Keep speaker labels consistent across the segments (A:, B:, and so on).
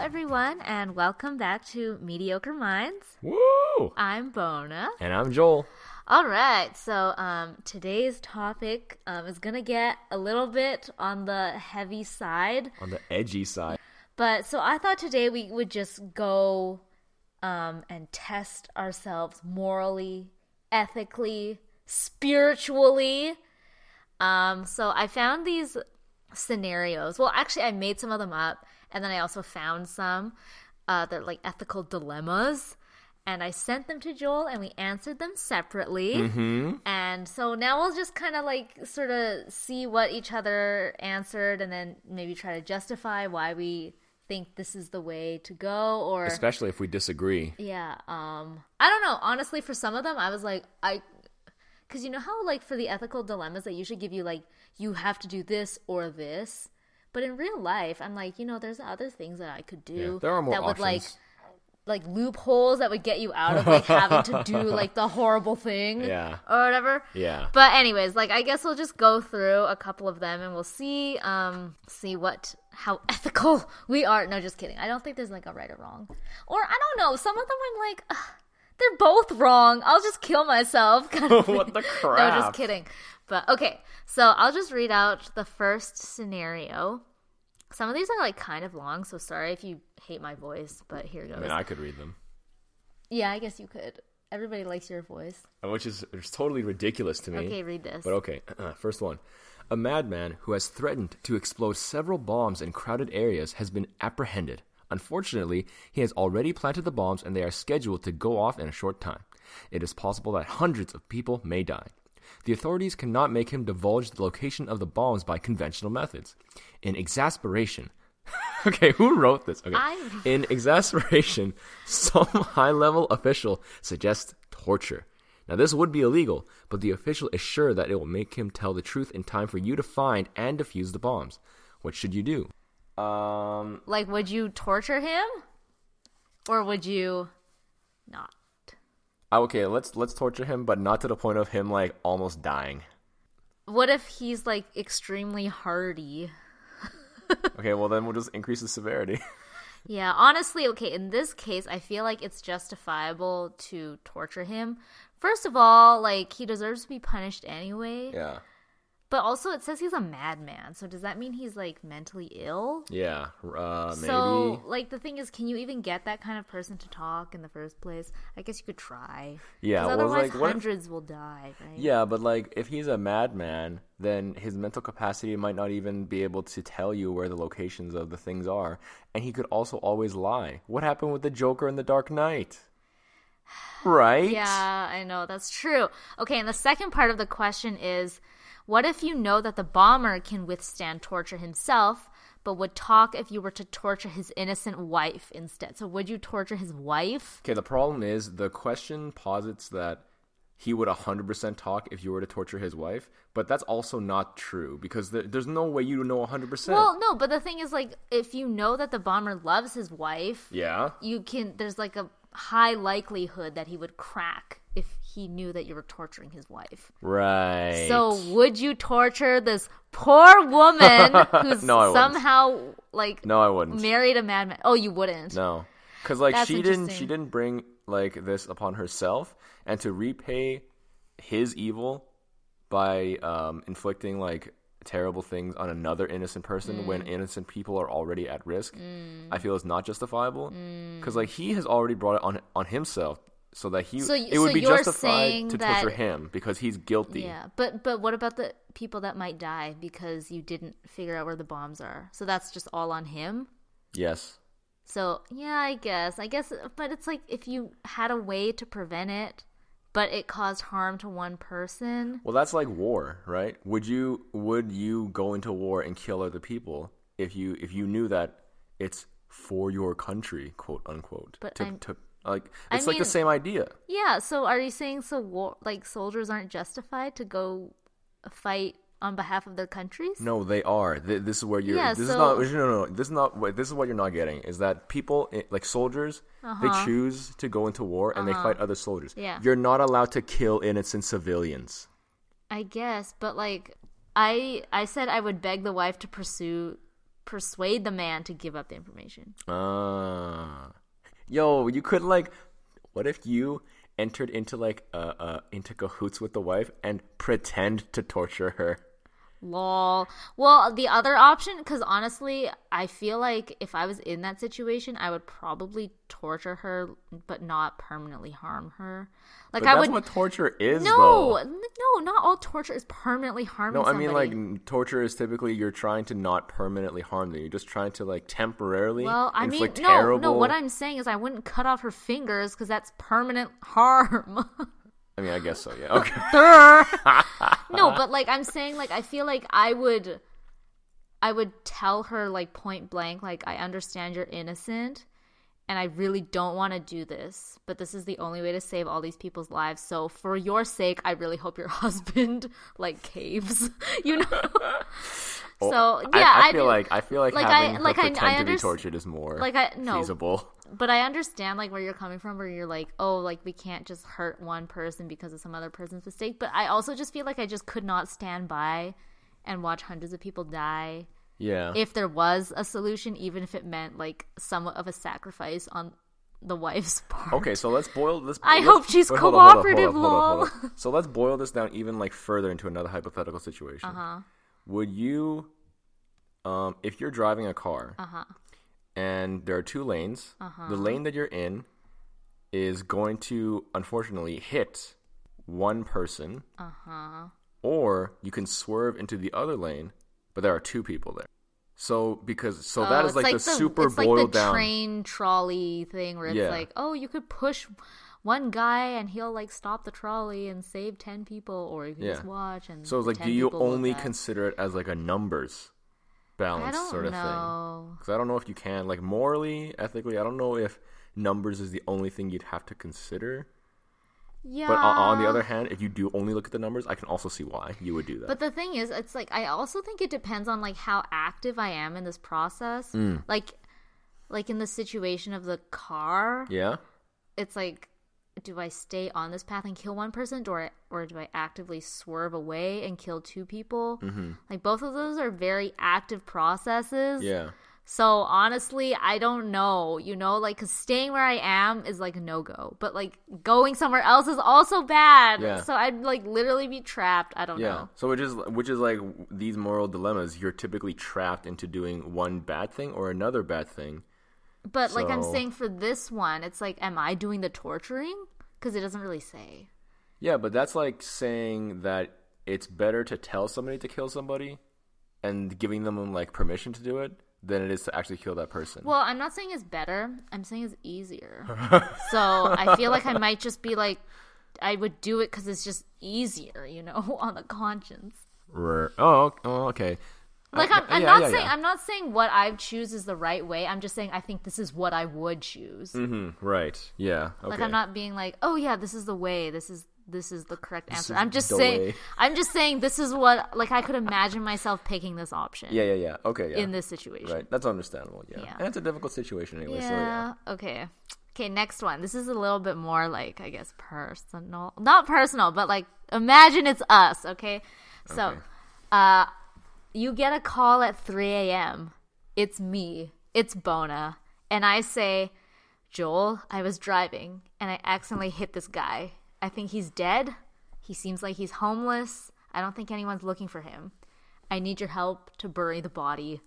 A: everyone, and welcome back to Mediocre Minds.
B: Woo!
A: I'm Bona.
B: And I'm Joel.
A: All right, so um, today's topic um, is going to get a little bit on the heavy side.
B: On the edgy side.
A: But so I thought today we would just go um, and test ourselves morally, ethically, spiritually. Um, so I found these scenarios. Well, actually, I made some of them up, and then I also found some uh, that are like ethical dilemmas. And I sent them to Joel, and we answered them separately. And so now we'll just kind of like sort of see what each other answered, and then maybe try to justify why we think this is the way to go, or
B: Especially if we disagree.
A: yeah, um I don't know. Honestly, for some of them I was like I cuz you know how like for the ethical dilemmas they usually give you like you have to do this or this. But in real life, I'm like, you know, there's other things that I could do
B: Yeah, there are more
A: that
B: options.
A: would like like loopholes that would get you out of like having to do like the horrible thing
B: Yeah.
A: or whatever.
B: yeah.
A: But anyways, like I guess we'll just go through a couple of them and we'll see um see what how ethical we are. No, just kidding. I don't think there's like a right or wrong. Or I don't know. Some of them I'm like "Ugh, they're both wrong. I'll just kill myself. kind of
B: what
A: thing.
B: the
A: No,
B: crap?
A: just kidding. But okay. So, I'll just read out the first scenario. Some of these are like kind of long, so sorry if you hate my voice, but here goes.
B: I mean, I could read them.
A: yeah, I guess you could. Everybody likes your voice.
B: Which is it's totally ridiculous to me.
A: Okay, read this.
B: But okay, uh, first one. A madman who has threatened to explode several bombs in crowded areas has been apprehended. Unfortunately, he has already planted the bombs and they are scheduled to go off in a short time. It is possible that hundreds of people may die. The authorities cannot make him divulge the location of the bombs by conventional methods. In exasperation, okay, who wrote this? Okay.
A: I-
B: In exasperation, some high level official suggests torture. Now, this would be illegal, but the official is sure that it will make him tell the truth in time for you to find and defuse the bombs. What should you do? Um,
A: Like, would you torture him, or would you not?
B: ah, okay, let's let's torture him, but not to the point of him like almost dying.
A: What if he's like extremely hardy?
B: Okay, well then we'll just increase the severity.
A: Yeah, honestly, okay, in this case, I feel like it's justifiable to torture him. First of all, like he deserves to be punished anyway.
B: yeah,
A: But also, it says he's a madman, so does that mean he's like mentally ill?
B: yeah, uh, maybe.
A: So, like, the thing is, can you even get that kind of person to talk in the first place? I guess you could try. 'Cause
B: Yeah, well,
A: otherwise
B: like, what if-
A: hundreds will die. Right?
B: Yeah, but like if he's a madman, then his mental capacity might not even be able to tell you where the locations of the things are, and he could also always lie. What happened with the Joker in the Dark Knight? Right?
A: Yeah, I know. That's true. Okay, and the second part of the question is what if you know that the bomber can withstand torture himself, but would talk if you were to torture his innocent wife instead? So, would you torture his wife?
B: Okay, the problem is the question posits that he would 100% talk if you were to torture his wife, but that's also not true because there, there's no way you know 100%.
A: Well, no, but the thing is, like, if you know that the bomber loves his wife,
B: yeah.
A: you can, there's like a high likelihood that he would crack if he knew that you were torturing his wife.
B: Right.
A: So would you torture this poor woman who's
B: No, I wouldn't.
A: somehow like
B: No, I wouldn't.
A: married a madman? Oh, you wouldn't.
B: No, because like
A: That's
B: she didn't she
A: interesting.
B: didn't bring like this upon herself, and to repay his evil by um, inflicting like terrible things on another innocent person
A: Mm.
B: when innocent people are already at risk, I feel is not justifiable.
A: Mm.
B: Because like he has already brought it on on himself, so that he
A: So y-
B: it would
A: so
B: be
A: you're
B: justified
A: saying
B: to torture
A: that-
B: him because he's guilty.
A: Yeah, but but what about the people that might die because you didn't figure out where the bombs are? So that's just all on him.
B: Yes.
A: So yeah, I guess I guess, but it's like if you had a way to prevent it, but it caused harm to one person.
B: Well, that's like war, right? Would you would you go into war and kill other people if you if you knew that it's for your country, quote unquote?
A: But
B: to,
A: I'm-
B: to- like
A: I
B: it's like the
A: mean-
B: same idea.
A: Yeah. So are you saying so war like soldiers aren't justified to go fight on behalf of their countries?
B: No, they are. Th- this is where you're.
A: Yeah,
B: this
A: so-
B: is not. No, no, no. This is not. what- This is what you're not getting. Is that people eh, like soldiers? They choose to go into war and they fight other soldiers.
A: Uh-huh. Yeah.
B: You're not allowed to kill innocent civilians.
A: I guess, but like I I said I would beg the wife to pursue persuade the man to give up the information.
B: Ah. yo, you could like, what if you entered into like uh, uh into cahoots with the wife and pretend to torture her?
A: Lol. Well, the other option, because honestly, I feel like if I was in that situation, I would probably torture her, but not permanently harm her. Like
B: But
A: I
B: that's
A: would.
B: what torture is,
A: no,
B: though.
A: n- no, not all torture is permanently harming.
B: No, I mean
A: somebody.
B: like n- torture is typically you're trying to not permanently harm them. You're just trying to like temporarily
A: Well, I mean,
B: inflict
A: no,
B: terrible.
A: no. What I'm saying is, I wouldn't cut off her fingers because that's permanent harm.
B: I mean, I guess so. Yeah. Okay.
A: Durr. no, but like I'm saying, like I feel like I would, I would tell her like point blank, like I understand you're innocent, and I really don't want to do this, but this is the only way to save all these people's lives. So for your sake, I really hope your husband like caves, you know. so
B: I-
A: yeah,
B: I,
A: I'd
B: feel
A: be-
B: like I feel like,
A: like,
B: having
A: I-
B: her
A: like, I-
B: pretend
A: I
B: to be
A: underst-
B: tortured is more
A: like I no,
B: feasible.
A: but I understand like where you're coming from, where you're like, oh, like we can't just hurt one person because of some other person's mistake. But I also just feel like I just could not stand by and watch hundreds of people die
B: Yeah.
A: if there was a solution, even if it meant like somewhat of a sacrifice on the wife's part.
B: Okay, so let's boil this.
A: I
B: let's-
A: hope she's
B: wait, hold on, hold on, hold
A: cooperative,
B: on, hold on, hold on. So let's boil this down even like further into another hypothetical situation. Uh-huh. Would you, um, if you're driving a car, uh-huh. and there are two lanes, uh-huh. the lane that you're in is going to unfortunately hit one person, uh-huh. or you can swerve into the other lane, but there are two people there. So because so
A: Oh,
B: that is
A: it's
B: like, the, super
A: it's
B: boiled
A: like the
B: down.
A: train trolley thing where it's
B: Yeah.
A: like, oh, you could push one guy and he'll like stop the trolley and save ten people, or you can just
B: Yeah.
A: watch and
B: So it's like,
A: 10
B: do you
A: people look
B: only
A: bad.
B: consider it as like a numbers balance sort of thing?
A: know.
B: Because I don't know if you can, like morally, ethically, I don't know if numbers is the only thing you'd have to consider.
A: Yeah.
B: But on, on the other hand, if you do only look at the numbers, I can also see why you would do that.
A: But the thing is, it's like I also think it depends on like how active I am in this process.
B: Mm.
A: Like, like in the situation of the car,
B: yeah,
A: it's like, do I stay on this path and kill one person, or or do I actively swerve away and kill two people?
B: Mm-hmm.
A: Like both of those are very active processes.
B: yeah.
A: So honestly, I don't know. You know, like because staying where I am is like no go, but like going somewhere else is also bad.
B: Yeah.
A: So I'd like literally be trapped. I don't
B: Yeah.
A: know.
B: So which is which is like these moral dilemmas. You're typically trapped into doing one bad thing or another bad thing.
A: But like I'm
B: So-
A: saying for this one, it's like, am I doing the torturing? Because it doesn't really say.
B: Yeah, but that's like saying that it's better to tell somebody to kill somebody and giving them like permission to do it than it is to actually kill that person.
A: Well, I'm not saying it's better. I'm saying it's easier. so I feel like I might just be like, I would do it because it's just easier, you know, on the conscience.
B: R- oh, oh, okay.
A: Like
B: Uh,
A: I'm, I'm
B: yeah,
A: not
B: yeah,
A: saying
B: yeah.
A: I'm not saying what I choose is the right way. I'm just saying I think this is what I would choose.
B: Mm, right. Yeah. Okay.
A: Like I'm not being like, oh yeah, this is the way. This is this is the correct answer.
B: is
A: I'm just
B: the
A: saying.
B: way.
A: I'm just saying this is what like I could imagine myself picking this option.
B: Yeah, yeah, yeah. Okay. Yeah.
A: in this situation.
B: Right. That's understandable. Yeah.
A: Yeah.
B: And it's a difficult situation anyway. So yeah.
A: Yeah. Okay. Okay, next one. This is a little bit more like, I guess, personal. Not personal, but like, imagine it's us, okay? So,
B: Okay.
A: uh, you get a call at 3 a.m. It's me, it's Bona. And I say, Joel, I was driving and I accidentally hit this guy. I think he's dead. He seems like he's homeless. I don't think anyone's looking for him. I need your help to bury the body.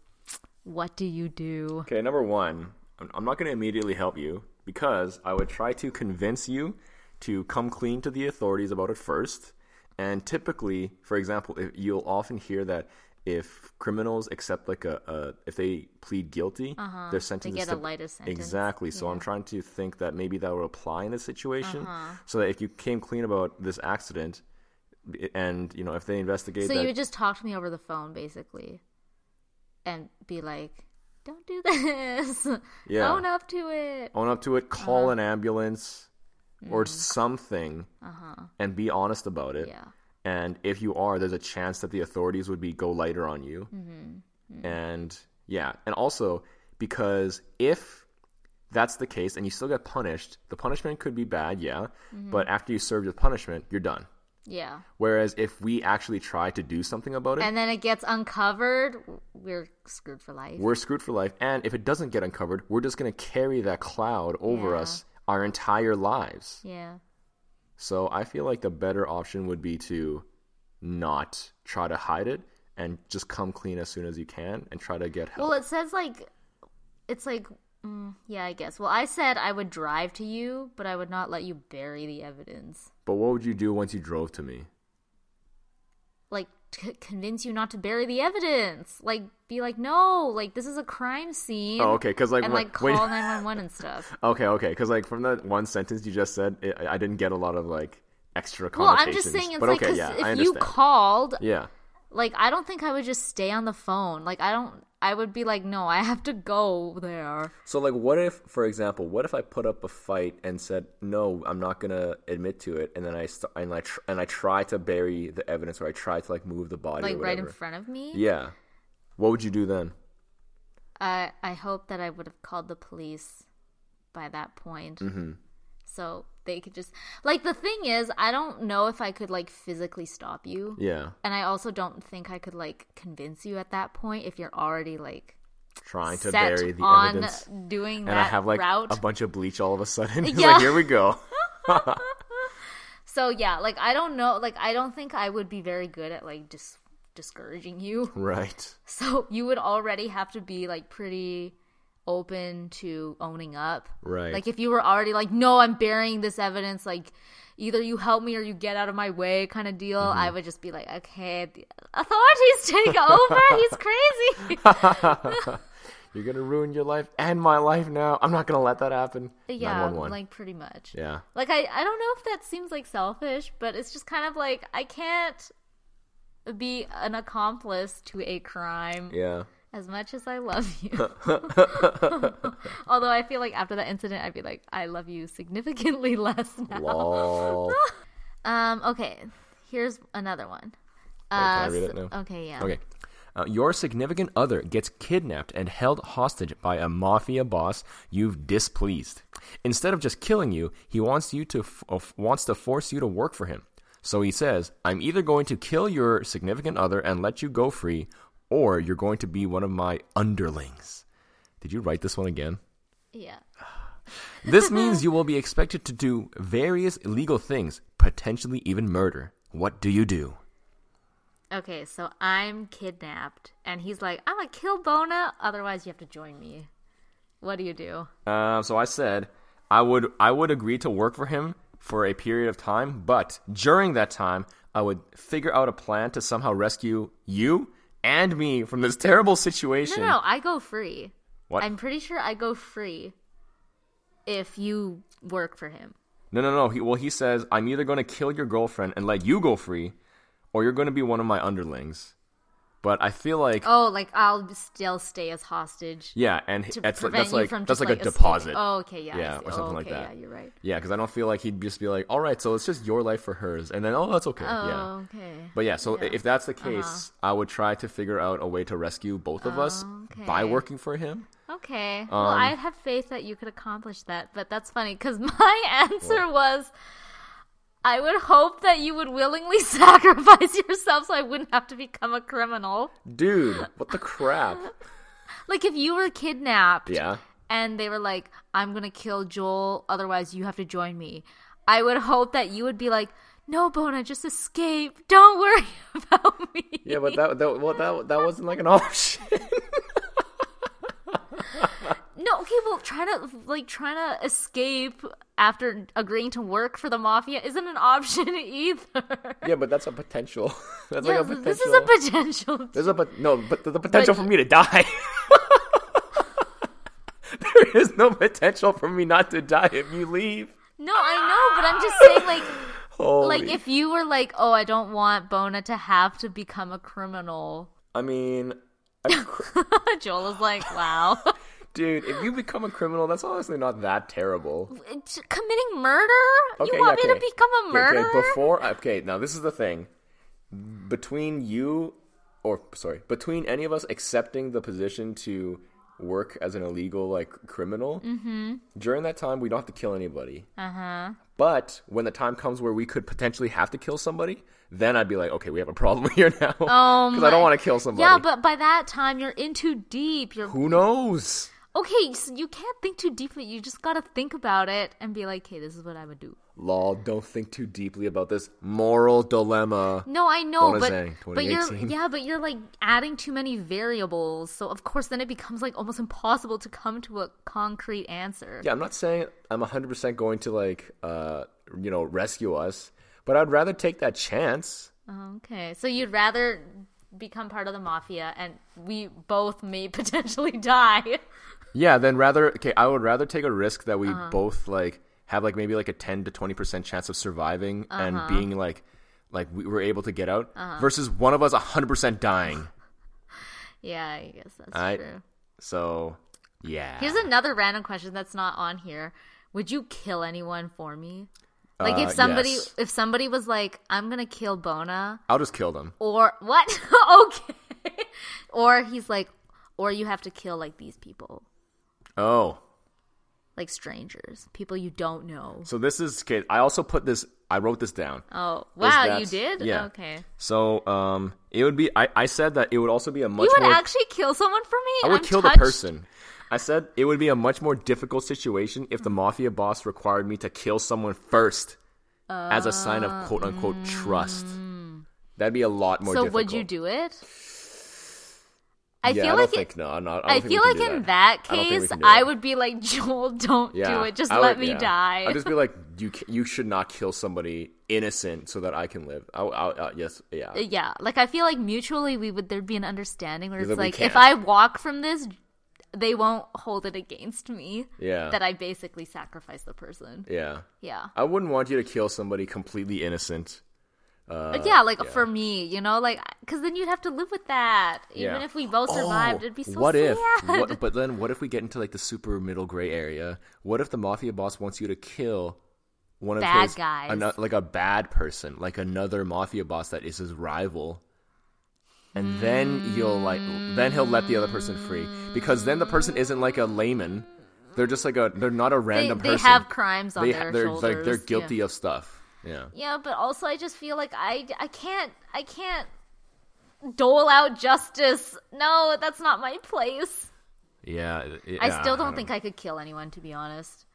A: What do you do?
B: Okay. Number one, I'm, I'm not going to immediately help you because I would try to convince you to come clean to the authorities about it first. And typically, for example, if you'll often hear that if criminals accept like a, a if they plead guilty, their sentence
A: Uh-huh. get
B: is
A: a
B: to-
A: lighter sentence.
B: Exactly. So I'm trying to think that maybe that would apply in this situation.
A: Uh-huh.
B: So that if you came clean about this accident, i- and you know if they investigate
A: So
B: that,
A: you would just talk to me over the phone, basically, and be like, "Don't do this.
B: Yeah.
A: Own up to it."
B: own up to it,
A: Uh-huh.
B: call an ambulance or something, and be honest about it.
A: Mm. Uh-huh. Yeah.
B: And if you are, there's a chance that the authorities would be go lighter on you.
A: Mm-hmm.
B: And yeah, and also because if that's the
A: Mm-hmm.
B: case and you still get punished, the punishment could be bad, yeah, but after you serve your punishment, you're done.
A: Yeah.
B: Whereas if we actually try to do something about it,
A: And then it gets uncovered, we're screwed for life.
B: we're screwed for life. And if it doesn't get uncovered, we're just going to carry that cloud over
A: Yeah.
B: us our entire lives.
A: yeah.
B: So I feel like the better option would be to not try to hide it and just come clean as soon as you can and try to get help.
A: Well, it says like, it's like, mm, yeah, I guess. Well, I said I would drive to you, but I would not let you bury the evidence.
B: but what would you do once you drove to me?
A: Like, c- convince you not to bury the evidence. Like, be like, no, like this is a crime scene.
B: Oh, okay, because like,
A: and
B: when-
A: like
B: when-
A: call nine one one and stuff.
B: okay, okay, because like from that one sentence you just said, it, I didn't get a lot of like extra
A: Well, I'm
B: connotations.
A: just saying it's
B: but
A: like
B: okay,
A: 'cause
B: yeah, I
A: if you
B: understand.
A: called,
B: yeah,
A: like I don't think I would just stay on the phone. Like I don't. I would be like, no, I have to go there.
B: So, like, what if, for example, what if I put up a fight and said, "No, I'm not gonna admit to it," and then I st- and I tr- and I try to bury the evidence or I try to like move the body,
A: Like
B: or
A: right
B: whatever.
A: in front of me.
B: Yeah, what would you do then?
A: I I hope that I would have called the police by that point.
B: Mm-hmm.
A: So they could just like the thing is, I don't know if I could like physically stop you,
B: Yeah,
A: and I also don't think I could like convince you at that point if you're already like
B: trying to
A: set
B: bury the
A: on
B: evidence,
A: doing
B: and
A: that
B: I have like
A: route.
B: a bunch of bleach all of a sudden. It's
A: Yeah.
B: like, here we go.
A: so yeah, like I don't know, like I don't think I would be very good at like dis- discouraging you.
B: right.
A: So you would already have to be like pretty open to owning up.
B: Right.
A: Like if you were already like, no, I'm burying this evidence, like either you help me or you get out of my way kind of deal, I would just be like, okay, the authorities take over. He's crazy.
B: You're gonna ruin your life and my life now. I'm not gonna let that happen.
A: yeah,
B: 911.
A: like pretty much.
B: yeah.
A: Like I, I don't know if that seems like selfish, but it's just kind of like I can't be an accomplice to a crime.
B: Yeah.
A: as much as I love you. Although I feel like after that incident, I'd be like, I love you significantly less now.
B: Lol.
A: Um, okay, here's another one.
B: can I read
A: s-
B: it now?
A: Okay, yeah.
B: Okay. Uh, your significant other gets kidnapped and held hostage by a mafia boss you've displeased. Instead of just killing you, he wants you to f- of- wants to force you to work for him. So he says, "I'm either going to kill your significant other and let you go free, or you're going to be one of my underlings." Did you write this one again?
A: Yeah.
B: This means you will be expected to do various illegal things, potentially even murder. What do you do?
A: Okay, so I'm kidnapped, and he's like, I'm gonna kill Bona, otherwise you have to join me. What do you do?
B: Um, so I said I would I would agree to work for him for a period of time, but during that time I would figure out a plan to somehow rescue you and me from this terrible
A: No,
B: situation.
A: no, I go free.
B: What?
A: I'm pretty sure I go free if you work for him.
B: no, no, no. He, well, he says I'm either going to kill your girlfriend and let you go free, or you're going to be one of my underlings. But I feel like
A: Oh, like I'll still stay as hostage.
B: yeah, and
A: to
B: that's like
A: prevent
B: that's
A: you
B: like
A: from just,
B: that's like, a
A: escaping.
B: deposit.
A: Oh, okay, yeah, I
B: Yeah,
A: see.
B: or something
A: oh,
B: like
A: okay,
B: that.
A: Yeah, you're right.
B: Yeah, because I don't feel like he'd just be like, all right, so it's just your life for hers, and then oh, that's okay. yeah.
A: Oh, okay.
B: But yeah, so i if that's the
A: Uh-huh.
B: case, I would try to figure out a way to rescue both of us by
A: Okay.
B: working for him.
A: Okay. well,
B: um,
A: I have faith that you could accomplish that, but that's funny because my answer was. I would hope that you would willingly sacrifice yourself so I wouldn't have to become a criminal.
B: Dude, what the crap?
A: Like if you were kidnapped
B: Yeah.
A: and they were like, I'm gonna kill Joel, otherwise you have to join me. I would hope that you would be like, No, Bona, just escape. Don't worry about me.
B: Yeah, but that that well, that that wasn't like an option.
A: No, okay, well, trying to like trying to escape after agreeing to work for the mafia isn't an option either.
B: yeah, but that's a potential. That's
A: Yeah,
B: like a potential.
A: this is a potential.
B: There's a pot- no, but there's a potential
A: But-
B: for me to die. there is no potential for me not to die if you leave.
A: No, I know, but I'm just saying, like,
B: Holy.
A: like if you were like, oh, I don't want Bona to have to become a criminal.
B: I mean, a cr-
A: Joel is like, wow,
B: dude, if you become a criminal, that's honestly not that terrible.
A: It's committing murder?
B: Okay,
A: you want
B: yeah,
A: me
B: okay.
A: to become a
B: Okay, okay,
A: murderer?
B: before, okay, now this is the thing. Between you, or sorry, between any of us accepting the position to
A: Mm-hmm. Uh-huh.
B: work as an illegal like criminal, during that time we don't have to kill anybody. Uh huh. But when the time comes where we could potentially have to kill somebody, then I'd be like, okay, we have a problem here now. Because
A: Oh
B: I
A: my-
B: don't want to kill somebody.
A: Yeah, but by that time you're in too deep. You're
B: who knows?
A: okay. So you can't think too deeply. You just gotta think about it and be like, "Hey, this is what I would do."
B: Lol, don't think too deeply about this moral dilemma.
A: No, I know,
B: Bonus
A: but
B: Zang,
A: but you're
B: 2018.
A: yeah, but you're like adding too many variables. So of course, then it becomes like almost impossible to come to a concrete answer.
B: Yeah, I'm not saying I'm 100% going to like, uh, you know, rescue us, but I'd rather take that chance.
A: Okay, so you'd rather become part of the mafia, and we both may potentially die.
B: Yeah, then rather, okay, I would rather take a risk that we
A: Uh-huh.
B: both like have like maybe like a 10 to 20% chance of surviving
A: Uh-huh.
B: and being like, like we were able to get out versus one of us 100% dying.
A: yeah, I guess that's
B: I-
A: true.
B: So, yeah.
A: Here's another random question that's not on here. Would you kill anyone for me? Like
B: Uh,
A: if somebody
B: yes.
A: if somebody was like, I'm gonna kill Bona
B: I'll just kill them.
A: or what? okay. or he's like or you have to kill like these people.
B: Oh,
A: Like strangers. People you don't know.
B: so this is okay. I also put this. I wrote this down.
A: Oh. Wow, you
B: that's-
A: did?
B: yeah.
A: Okay.
B: So, um, it would be. I, I said that it would also be a much
A: you would
B: more.
A: actually kill someone for me?
B: I would
A: I'm
B: kill
A: touched.
B: the person. I said it would be a much more difficult situation if the mafia boss required me to kill someone first as a sign of quote unquote trust. That'd be a lot more.
A: Mm. So
B: difficult.
A: would you do it? I
B: yeah,
A: feel
B: I don't
A: like it,
B: think no. I'm not, I,
A: I
B: don't think we
A: feel
B: can
A: like
B: do
A: in
B: that,
A: that,
B: I don't think we
A: case,
B: can do
A: I
B: that.
A: would be like, Joel, don't
B: Yeah,
A: do it. Just
B: I
A: let
B: would-
A: me
B: yeah.
A: die.
B: I'd just be like, you ca- you should not kill somebody innocent so that I can live. I, I, I, yes, yeah.
A: yeah, like I feel like mutually we would there'd be an understanding where
B: You're
A: it's
B: like, we
A: like if
B: can't.
A: I walk from this, they won't hold it against me
B: Yeah.
A: that I basically sacrifice the person.
B: yeah.
A: Yeah,
B: I wouldn't want you to kill somebody completely innocent. Uh,
A: but yeah, like for me, you know, like because then you'd have to live with that. Even
B: Yeah.
A: if we both survived,
B: Oh,
A: it'd be so
B: what
A: sad.
B: if? What, but then, what if we get into like the super middle gray area? What if the mafia boss wants you to kill one of
A: Bad
B: his
A: guys.
B: ano- like a bad person, like another mafia boss that is his rival? And then you'll like, then he'll let the other person free because then the person isn't like a layman; they're just like a, they're not a
A: they,
B: random
A: they
B: person.
A: have crimes on
B: They
A: their
B: they're
A: shoulders.
B: like they're
A: Yeah.
B: guilty of stuff. Yeah.
A: Yeah, but also I just feel like I I can't I can't dole out justice. No, that's not my place.
B: Yeah. it- it-
A: I
B: yeah,
A: still don't,
B: know.
A: think I could kill anyone to be honest.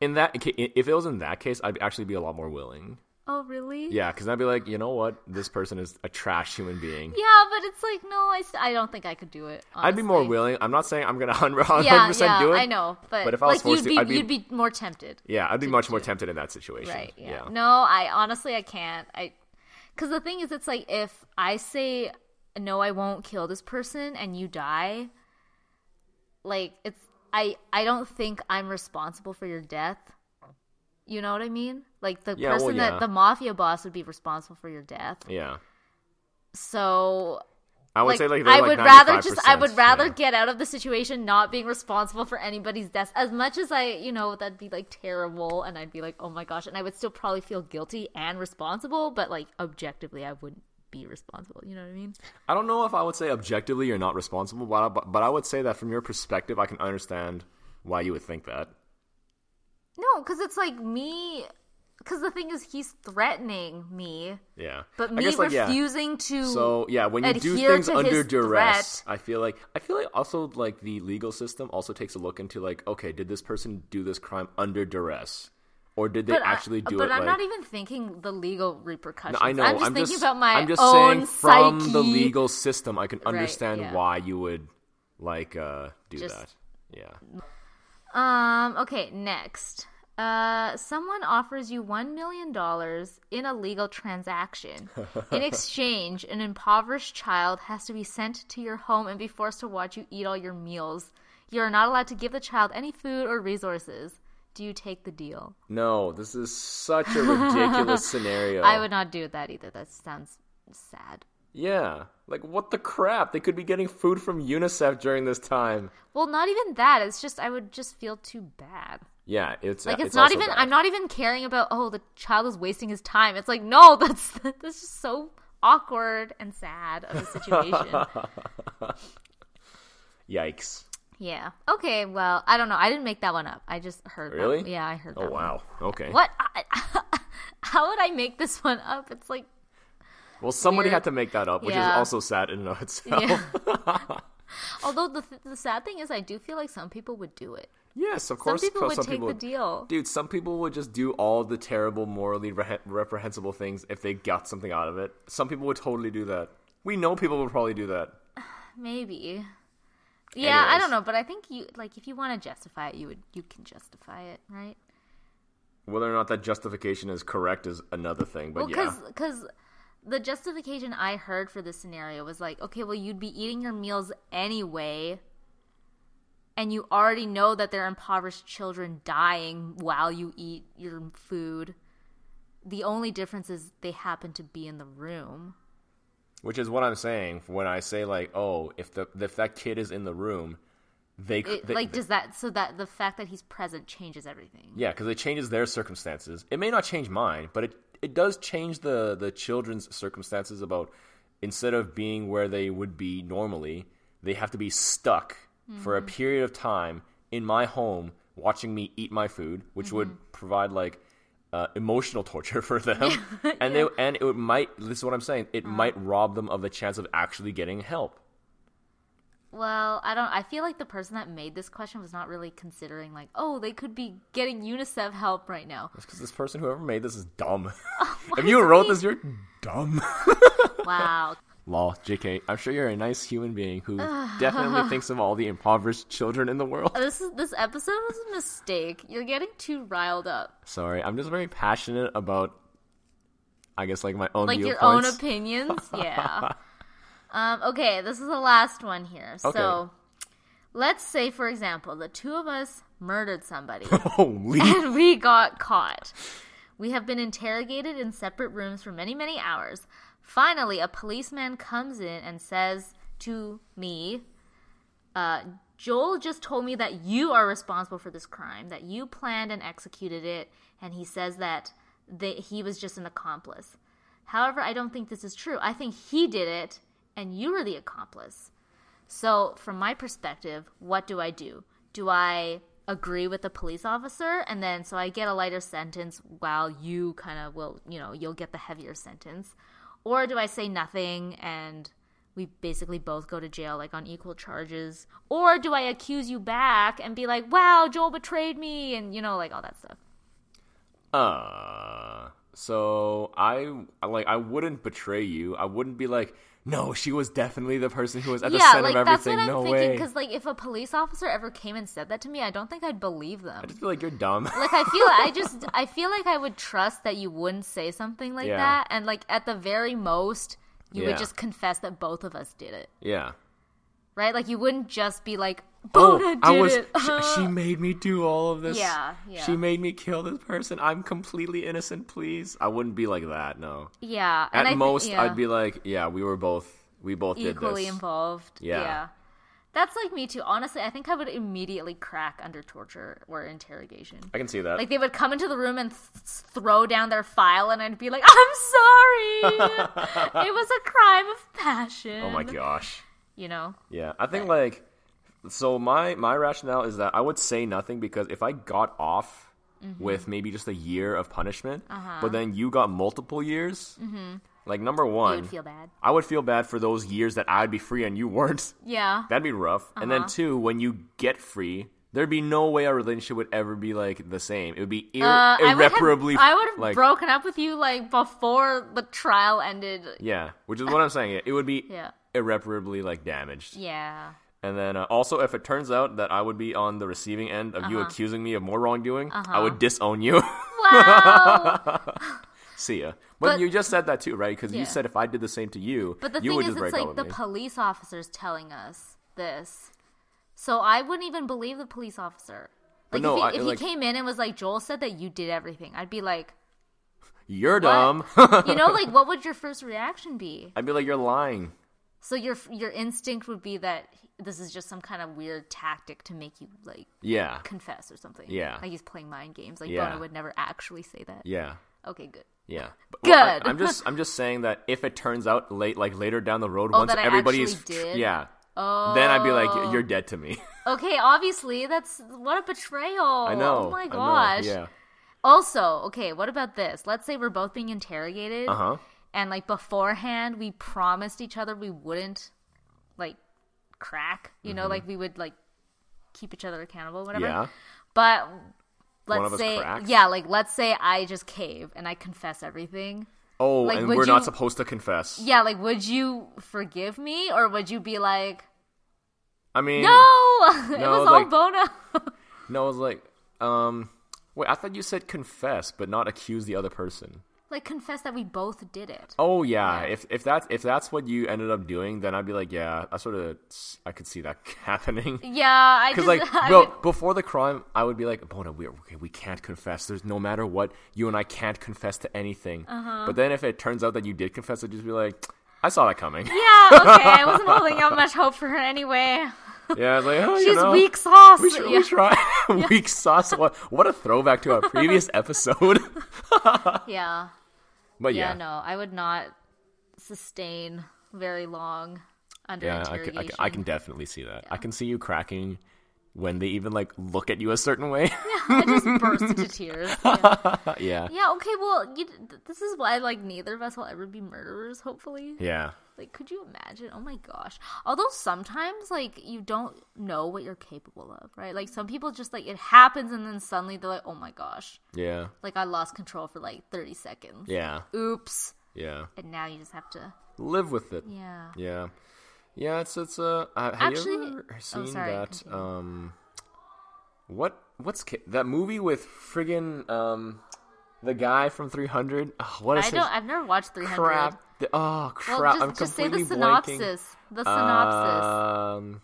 B: in that if it was in that case, I'd actually be a lot more willing.
A: Oh, really?
B: Yeah, because I'd be like, you know what? This person is a trash human being.
A: Yeah, but it's like no, I, st- I don't think I could do it. Honestly.
B: I'd be more willing. I'm not saying I'm going to 100%
A: Yeah, yeah,
B: do it.
A: I know, but,
B: But if I was
A: like,
B: forced
A: you'd
B: to,
A: be,
B: I'd be-
A: you'd be more tempted.
B: Yeah, I'd be much more tempted in that situation.
A: Right. Yeah. No, I honestly I can't. I because the thing is, it's like if I say no, I won't kill this person, and you die. Like it's I I don't think I'm responsible for your death. You know what I mean? Like the
B: Yeah, well,
A: person
B: yeah.
A: that the mafia boss would be responsible for your death.
B: Yeah.
A: So
B: I would
A: like,
B: say like they're
A: I
B: like
A: would rather just
B: 95%,
A: I would rather
B: yeah.
A: get out of the situation not being responsible for anybody's death. As much as I, you know, that'd be like terrible and I'd be like, "Oh my gosh." And I would still probably feel guilty and responsible, but like objectively I wouldn't be responsible, you know what I mean?
B: I don't know if I would say objectively you're not responsible, but I, but, but I would say that from your perspective, I can understand why you would think that.
A: No, cuz it's like me cuz the thing is he's threatening me,
B: Yeah.
A: but
B: I
A: me
B: guess, like, yeah.
A: refusing to
B: So yeah, when you do
A: adhere
B: things
A: to
B: under
A: his
B: duress, I feel like I feel like also like the legal system also takes a look into like, okay, did this person do this crime under duress, or did they
A: but I-
B: actually do
A: but
B: it?
A: I'm
B: like,
A: not even thinking the legal repercussions.
B: I know.
A: I'm just
B: I'm
A: thinking about my
B: I'm just
A: own
B: saying from the
A: psyche.
B: legal system, I can understand
A: yeah.
B: why you would like uh, do
A: Just-
B: that. Yeah.
A: Um, okay, next. Uh, someone offers you $1 million in a legal transaction. In exchange, an impoverished child has to be sent to your home and be forced to watch you eat all your meals. You are not allowed to give the child any food or resources. Do you take the deal?
B: No, this is such a ridiculous scenario.
A: I would not do that either. That sounds sad.
B: Yeah. Like what the crap? They could be getting food from UNICEF during this time.
A: Well, not even that. It's just, I would just feel too bad.
B: Yeah, it's uh,
A: Like, it's,
B: it's
A: not
B: also
A: even,
B: bad.
A: I'm not even caring about, oh, the child is wasting his time. It's like, no, that's, that's just so awkward and sad of a situation.
B: Yikes.
A: Yeah. Okay. Well, I don't know. I didn't make that one up. I just heard. that
B: Really?
A: one. Yeah, I heard.
B: Oh
A: that one.
B: wow. Okay.
A: Um, What? I- How would I make this one up? It's like
B: Well, somebody
A: Weird.
B: had to make that up, which
A: Yeah.
B: is also sad in and of itself.
A: Yeah. Although the th- the sad thing is, I do feel like some people would do it.
B: yes, of
A: Some
B: course.
A: people
B: pro-
A: would take the deal.
B: Dude, some people would just do all the terrible, morally re- reprehensible things if they got something out of it. Some people would totally do that. We know people would probably do that.
A: Maybe. Yeah, I
B: Anyways.
A: don't know, but I think you like if you want to justify it, you would you can justify it, right?
B: Whether or not that justification is correct is another thing, but
A: Well,
B: yeah.
A: because the justification I heard for this scenario was like, okay, well, you'd be eating your meals anyway, and you already know that there are impoverished children dying while you eat your food. The only difference is they happen to be in the room.
B: Which is what I'm saying when I say like, oh, if the if that kid is in the room, they, c
A: It,
B: they
A: like,
B: they-
A: does that so that the fact that he's present changes everything?
B: yeah, because it changes their circumstances. It may not change mine, but it it does change the the children's circumstances about instead of being where they would be normally, they have to be stuck for a period of time in my home watching me eat my food, which would provide like uh, emotional torture for them, and they and it might. This is what I'm saying. It might rob them of the chance of actually getting help.
A: Well, I don't. I feel like the person that made this question was not really considering, like, oh, they could be getting UNICEF help right now.
B: That's because this person, whoever made this, is dumb. if you wrote this, you're dumb.
A: Wow.
B: Lol, JK, I'm sure you're a nice human being who
A: Ah.
B: definitely thinks of all the impoverished children in the world.
A: This is this episode was a mistake. You're getting too riled up.
B: Sorry, I'm just very passionate about, I guess, like my own
A: Like your
B: viewpoints.
A: own opinions. Yeah. um, okay, this is the last one here. So
B: Okay.
A: let's say, for example, the two of us murdered somebody
B: Holy.
A: and we got caught. We have been interrogated in separate rooms for many, many hours. Finally, a policeman comes in and says to me, uh, Joel just told me that you are responsible for this crime, that you planned and executed it, and he says that they, he was just an accomplice. However, I don't think this is true. I think he did it, and you were the accomplice. So, from my perspective, what do I do? Do I agree with the police officer and then so I get a lighter sentence while you kind of will, you know, you'll get the heavier sentence? Or do I say nothing and we basically both go to jail like on equal charges? Or do I accuse you back and be like, wow, Joel betrayed me and, you know, like all that stuff?
B: uh, so I like I wouldn't betray you. I wouldn't be like, no, she was definitely the person who was at the
A: yeah,
B: center
A: like
B: of
A: that's
B: everything.
A: what I'm
B: no
A: thinking.
B: way.
A: Because, like, if a police officer ever came and said that to me, I don't think I'd believe them.
B: I just feel like you're dumb.
A: like I feel I just I feel like I would trust that you wouldn't say something like
B: Yeah.
A: that and like at the very most you
B: Yeah.
A: would just confess that both of us did it.
B: yeah.
A: Right? Like you wouldn't just be like
B: Oh,
A: Bona did
B: I was.
A: it.
B: She, she made me do all of this.
A: Yeah, yeah.
B: She made me kill this person. I'm completely innocent. Please, I wouldn't be like that. No.
A: yeah.
B: At
A: and I thi-
B: most,
A: yeah,
B: I'd be like, yeah, we were both. We both
A: equally
B: did this.
A: involved.
B: Yeah.
A: That's like me too. Honestly, I think I would immediately crack under torture or interrogation.
B: I can see that.
A: Like they would come into the room and th- throw down their file, and I'd be like, "I'm sorry, it was a crime of passion."
B: oh my gosh.
A: You know,
B: Yeah, I think like so my my rationale is that I would say nothing because if I got off
A: Mm-hmm.
B: with maybe just a year of punishment, but then you got multiple years, like number
A: Uh-huh. Mm-hmm. you
B: one,
A: would feel bad.
B: I would feel bad for those years that I'd be free and you weren't.
A: Yeah.
B: That'd be rough. And
A: Uh-huh.
B: then two, when you get free, there'd be no way our relationship would ever be like the same. It would be ir-
A: Uh, I would have-
B: irreparably.
A: I would have
B: like,
A: broken up with you like before the trial ended.
B: Yeah, which is what I'm saying. It would be
A: Yeah.
B: irreparably like damaged.
A: Yeah.
B: And then uh, also, if it turns out that I would be on the receiving end of
A: Uh-huh.
B: you accusing me of more wrongdoing, I would disown you.
A: Wow.
B: See ya. But,
A: But-
B: you just said that too, right? Because
A: Yeah.
B: you said if I did the same to you,
A: but the
B: you
A: thing
B: would
A: is,
B: just break
A: it's
B: up
A: like
B: with
A: the
B: me.
A: police officers telling us this, so I wouldn't even believe the police officer.
B: But
A: Like
B: no,
A: if, he,
B: I-
A: if
B: like-
A: he came in and was like, "Joel said that you did everything," I'd be like,
B: You're
A: "What?"
B: dumb.
A: you know, like what would your first reaction be?
B: I'd be like, you're lying.
A: So your your instinct would be that this is just some kind of weird tactic to make you like
B: Yeah.
A: confess or something.
B: Yeah.
A: like he's playing mind games. Like
B: Yeah.
A: Bono would never actually say that.
B: Yeah.
A: Okay, good.
B: Yeah. But, well,
A: Good.
B: I, am just I'm just saying that if it turns out late, like later down the road,
A: Oh,
B: once
A: that I
B: everybody's
A: actually did?
B: yeah, then I'd be like, you're dead to me.
A: Oh, Okay, obviously that's what a betrayal.
B: I know.
A: Oh my
B: I know,
A: gosh.
B: Yeah.
A: Also, okay, what about this? Let's say we're both being interrogated
B: Uh huh.
A: and like beforehand we promised each other we wouldn't like crack, you know, like we would like keep each other accountable whatever.
B: Mm-hmm. Yeah.
A: But let's
B: of us
A: say
B: cracks?
A: yeah, like let's say I just cave and I confess everything.
B: Oh,
A: Like,
B: and
A: would
B: we're not
A: you-
B: supposed to confess.
A: Yeah, like would you forgive me or would you be like,
B: I mean,
A: "No, it
B: No,
A: was all
B: like-
A: Bono."
B: no, I was like, um, wait, I thought you said confess, but not accuse the other person.
A: like confess that we both did it.
B: Oh yeah, if if that's if that's what you ended up doing, then I'd be like, yeah, I sort of I could see that happening.
A: Yeah, I
B: Because
A: just
B: like,
A: I
B: bro,
A: would-
B: before the crime, I would be like, Bona, we okay, we can't confess. There's no matter what, you and I can't confess to anything.
A: Uh-huh.
B: But then if it turns out that you did confess, I'd just be like, I saw that coming.
A: yeah, okay. I wasn't holding out much hope for her anyway.
B: yeah, I was like, oh, you
A: She's
B: know,
A: weak sauce.
B: We, tr-
A: Yeah.
B: we try weak sauce. What, what a throwback to our previous episode.
A: yeah.
B: But
A: yeah,
B: yeah,
A: No, I would not sustain very long under
B: yeah, I can, I,
A: interrogation.
B: can, I can definitely see that. I can see you cracking when they even like look at you a certain way.
A: I just burst into tears. Yeah.
B: yeah,
A: Yeah, Okay. Well, you, th- this is why like neither of us will ever be murderers. Hopefully.
B: yeah.
A: Like, could you imagine? Oh my gosh. Although sometimes, like, you don't know what you're capable of, right? Like, some people just, like, it happens and then suddenly they're like, oh my gosh.
B: Yeah,
A: Like, I lost control for like 30 seconds.
B: yeah,
A: Oops.
B: yeah.
A: And now you just have to.
B: Live with it.
A: Yeah.
B: Yeah, yeah. It's it's uh. uh, Have
A: Actually-
B: you ever
A: oh,
B: seen
A: sorry,
B: that
A: continue.
B: um, what what's ca- that movie with friggin' um, the guy from Three Hundred? what is
A: I
B: his
A: don't. I've never watched 300.
B: crap? The- oh crap!
A: Well, just,
B: I'm
A: just say
B: completely
A: the
B: blanking. uh,
A: synopsis. The synopsis.
B: Um,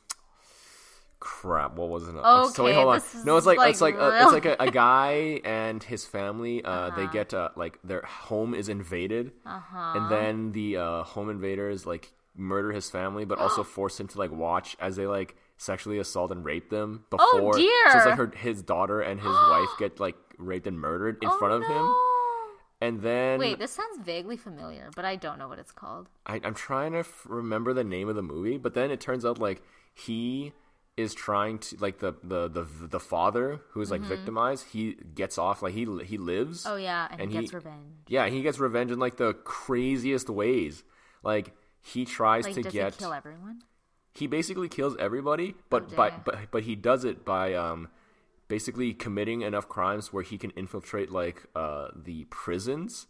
B: crap. What was it? so wait,
A: Okay,
B: hold on.
A: this
B: No, it's
A: is,
B: like,
A: like,
B: it's like a,
A: real-
B: it's like a, a guy and his family. Uh,
A: Uh-huh.
B: they get uh, like their home is invaded, uh-huh. and then the uh, home invaders like murder his family, but also force him to like watch as they like sexually assault and rape them before. So it's
A: Oh, dear.
B: like her, his daughter and his wife get like raped and murdered in
A: Oh,
B: front of him,
A: no.
B: and then
A: Wait, this sounds vaguely familiar, but I don't know what it's called.
B: I, I'm trying to f- remember the name of the movie, but then it turns out like he is trying to like the the the, the father who's like victimized. He gets off like he he lives.
A: Mm-hmm. Oh yeah, and,
B: And
A: he
B: he-
A: gets revenge.
B: Yeah, he gets revenge in like the craziest ways. Like he tries
A: Like,
B: to
A: does
B: get
A: he kill everyone?
B: he basically kills everybody, but
A: Oh,
B: by,
A: dang.
B: but but he does it by um basically committing enough crimes where he can infiltrate like uh the prisons,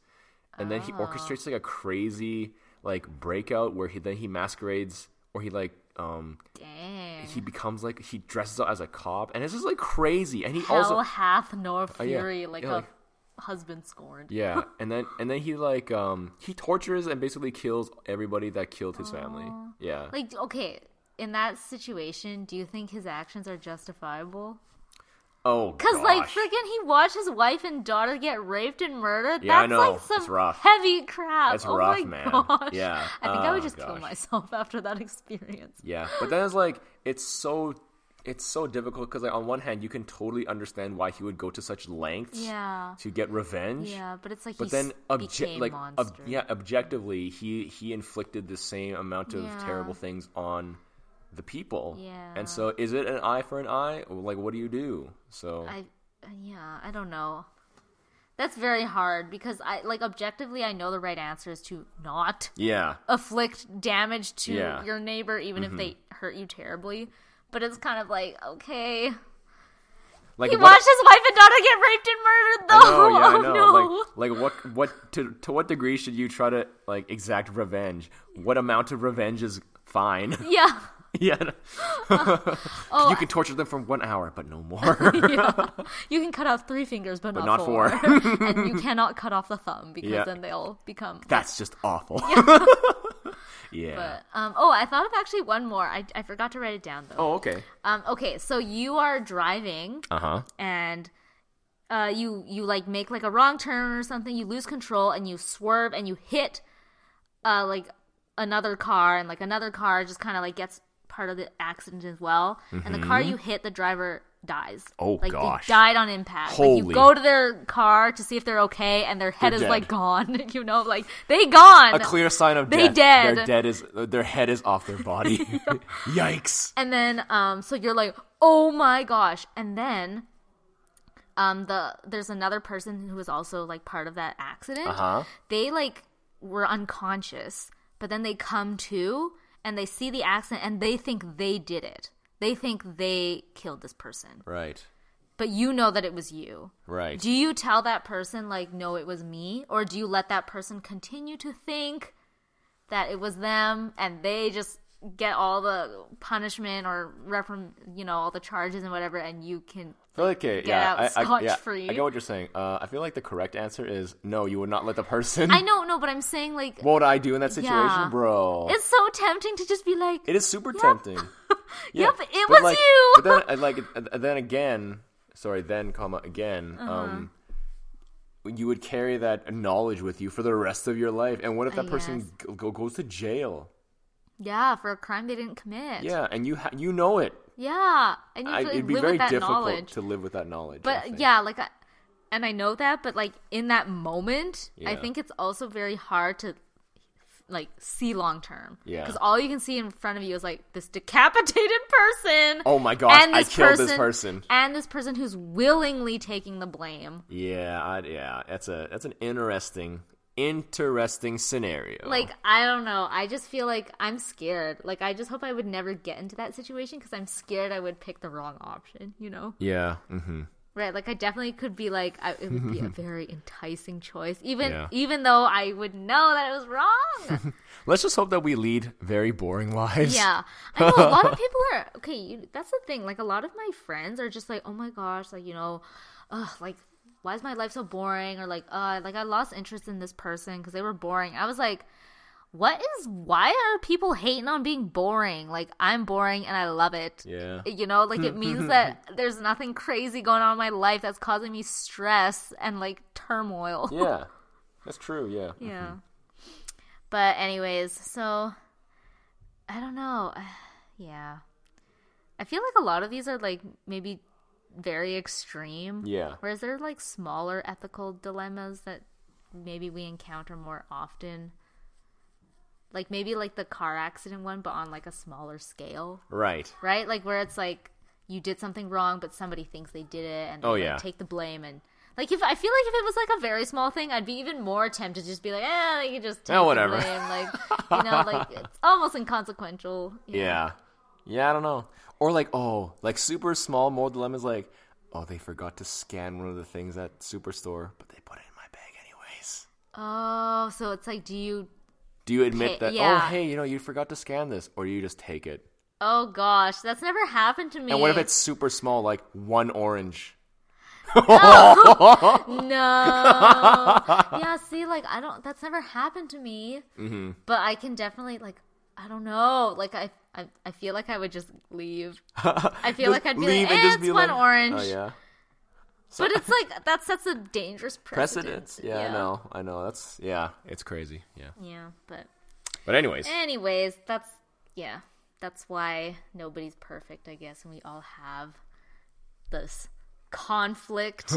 B: and then
A: Oh.
B: he orchestrates like a crazy like breakout where he then he masquerades or he like um
A: Dang.
B: he becomes like he dresses up as a cop and it's just like crazy and he
A: Hell
B: also Oh,
A: hath nor
B: yeah.
A: fury like
B: Yeah,
A: a
B: like-
A: husband scorned.
B: yeah and then and then he like um he tortures and basically kills everybody that killed his family yeah
A: Like okay, in that situation, do you think his actions are justifiable?
B: oh
A: Cause like
B: gosh.
A: freaking, he watched his wife and daughter get raped and murdered.
B: Yeah, I
A: That's
B: know.
A: like some
B: It's rough.
A: heavy crap.
B: That's
A: oh
B: rough,
A: my
B: man.
A: Gosh.
B: Yeah.
A: I think I would
B: Oh,
A: just kill
B: gosh.
A: myself after that experience.
B: Yeah, but then it's like it's so it's so difficult because like on one hand you can totally understand why he would go to such lengths
A: Yeah.
B: to get revenge,
A: Yeah, but it's like
B: but
A: he
B: then
A: s-
B: obje-
A: became
B: like ob-
A: monster.
B: yeah objectively he he inflicted the same amount of
A: Yeah.
B: terrible things on the people.
A: Yeah.
B: and so is it an eye for an eye? Or, Like what do you do? So
A: I yeah, I don't know. That's very hard because I like objectively I know the right answer is to not
B: yeah,
A: afflict damage to
B: Yeah. Mm-hmm.
A: your neighbor even if they hurt you terribly. But it's kind of like, okay.
B: like
A: He
B: what-
A: watched his wife and daughter get raped and murdered
B: I
A: though.
B: know, yeah, I
A: oh
B: know.
A: no.
B: Like, like what, what to to what degree should you try to like exact revenge? What amount of revenge is fine?
A: yeah.
B: Yeah.
A: Oh,
B: you can torture them for one hour, but no more.
A: yeah. You can cut off three fingers, but,
B: but
A: not,
B: not
A: four.
B: four.
A: and you cannot cut off the thumb because
B: Yeah.
A: then they'll become.
B: That's just awful. yeah.
A: But, um, oh, I thought of actually one more. I, I forgot to write it down though.
B: oh, okay.
A: Um, okay, so you are driving
B: Uh huh.
A: and uh, you you like make like a wrong turn or something. You lose control and you swerve and you hit uh, like another car and like another car just kind of like gets part of the accident as well. And the car you hit, the driver dies.
B: Mm-hmm. Oh,
A: like,
B: gosh.
A: they died on impact. Like
B: Holy.
A: you go to their car to see if they're okay, and their head
B: They're
A: is
B: dead.
A: like gone. you know, like they gone.
B: A clear sign of
A: They
B: death.
A: dead.
B: Their dead is their head is off their body. Yikes.
A: and then um, so you're like, oh my gosh. And then um the there's another person who was also like part of that accident.
B: Uh-huh.
A: They like were unconscious, but then they come to and they see the accident and they think they did it. They think they killed this person.
B: Right.
A: But you know that it was you.
B: Right.
A: Do you tell that person, like, no, it was me? Or do you let that person continue to think that it was them and they just get all the punishment or, reprim- you know, all the charges and whatever and you can.
B: I feel like okay,
A: Get
B: yeah,
A: out
B: I, I, yeah,
A: scotch-free.
B: I get what you're saying. Uh, I feel like the correct answer is no. You would not let the person.
A: I know, no, but I'm saying, like,
B: What would I do in that situation,
A: Yeah.
B: bro?
A: it's so tempting to just be like,
B: It is super tempting.
A: yep, it
B: but
A: was
B: like-
A: you.
B: But then, I like, uh, then again, sorry, then comma again.
A: Uh-huh.
B: Um, you would carry that knowledge with you for the rest of your life. And what if
A: I
B: that person go, go- goes to jail?
A: yeah, for a crime they didn't commit.
B: Yeah, and you ha- you know it.
A: Yeah, and you
B: I,
A: have to
B: it'd
A: like,
B: be
A: live
B: very
A: with that
B: difficult
A: knowledge.
B: to live with that knowledge. I
A: But
B: think.
A: yeah, like, I, and I know that, but like in that moment, I
B: Yeah.
A: think it's also very hard to like see long term.
B: Yeah.
A: Because all you can see in front of you is like this decapitated person.
B: Oh my gosh, I killed this person.
A: And this person who's willingly taking the blame.
B: yeah, I, yeah. That's a that's an interesting interesting scenario.
A: Like, I don't know. I just feel like I'm scared. Like, I just hope I would never get into that situation because I'm scared I would pick the wrong option, you know?
B: yeah, hmm
A: Right, like I definitely could be like I, it would be a very enticing choice, even
B: Yeah.
A: even though I would know that it was wrong.
B: Let's just hope that we lead very boring lives.
A: yeah, I know a lot of people are okay. You, that's the thing. Like a lot of my friends are just like, oh my gosh, like you know, ugh, like why is my life so boring? Or like, uh, like I lost interest in this person because they were boring. I was like, what is? Why are people hating on being boring? Like I'm boring and I love it.
B: Yeah.
A: you know like it
B: Mm-hmm.
A: means that there's nothing crazy going on in my life that's causing me stress and like turmoil
B: Yeah. That's true, yeah.
A: Yeah. but anyways so i don't know yeah i feel like a lot of these are like maybe very extreme
B: Yeah.
A: whereas there are like smaller ethical dilemmas that maybe we encounter more often like maybe like the car accident one but on like a smaller scale
B: Right.
A: right? Like where it's like you did something wrong, but somebody thinks they did it, and they,
B: Oh,
A: like,
B: yeah.
A: take the blame. And like if I feel like if it was like a very small thing, I'd be even more tempted to just be like, eh, they can just take
B: Eh,
A: the
B: whatever."
A: blame. Like you know, like it's almost inconsequential. you know?
B: Yeah. Yeah, I don't know. Or like, oh, like super small moral dilemmas like, oh, they forgot to scan one of the things at superstore, but they put it in my bag anyways.
A: Oh, so it's like, do you?
B: Do you admit
A: Hey,
B: that
A: yeah.
B: oh hey, you know, you forgot to scan this, or do you just take it?
A: Oh gosh, that's never happened to me.
B: And what if it's super small, like one orange?
A: no? yeah, see, like I don't. That's never happened to me. Mm-hmm. But I can definitely like. I don't know. Like I, I, I feel like I would just leave. I feel like I'd be like, eh, it's one orange.
B: Oh yeah.
A: But it's like that sets a dangerous precedent.
B: Precedence. Yeah, I know. I know. That's yeah. It's crazy. Yeah.
A: Yeah, but
B: But anyways.
A: Eh, anyways, that's yeah, that's why nobody's perfect, I guess, and we all have this conflict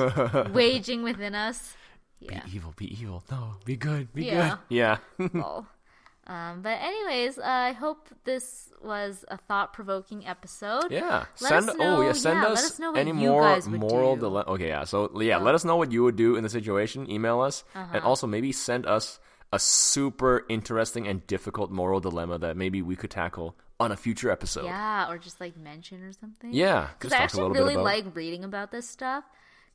A: waging within us. Yeah.
B: Be evil, be evil. No, be good, be
A: Yeah.
B: good. Yeah.
A: all. Um, but anyways, I hope this was a thought-provoking episode.
B: Yeah.
A: Let
B: send
A: us know,
B: oh yeah, send
A: yeah,
B: us,
A: let us know what
B: any
A: you
B: more
A: guys would
B: moral
A: do.
B: dilemma. Okay, yeah. So yeah, let us know what you would do in the situation. Email us and
A: Uh-huh.
B: also maybe send us a super interesting and difficult moral dilemma that maybe we could tackle on a future episode.
A: Yeah, or just like mention or something.
B: Yeah,
A: because
B: just
A: I
B: talk a
A: actually
B: little bit
A: really
B: about-
A: like reading about this stuff.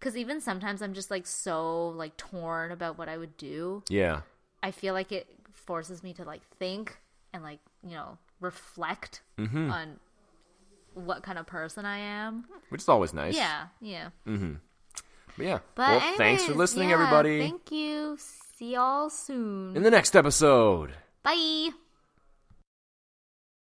A: Because even sometimes I'm just like so like torn about what I would do.
B: Yeah.
A: I feel like it forces me to like think and like you know reflect
B: Mm-hmm.
A: on what kind of person I am.
B: Which is always nice.
A: Yeah, yeah.
B: But yeah.
A: But
B: well, thanks for
A: anyways,
B: listening
A: yeah,
B: everybody.
A: Thank you. See y'all soon.
B: in the next episode.
A: Bye.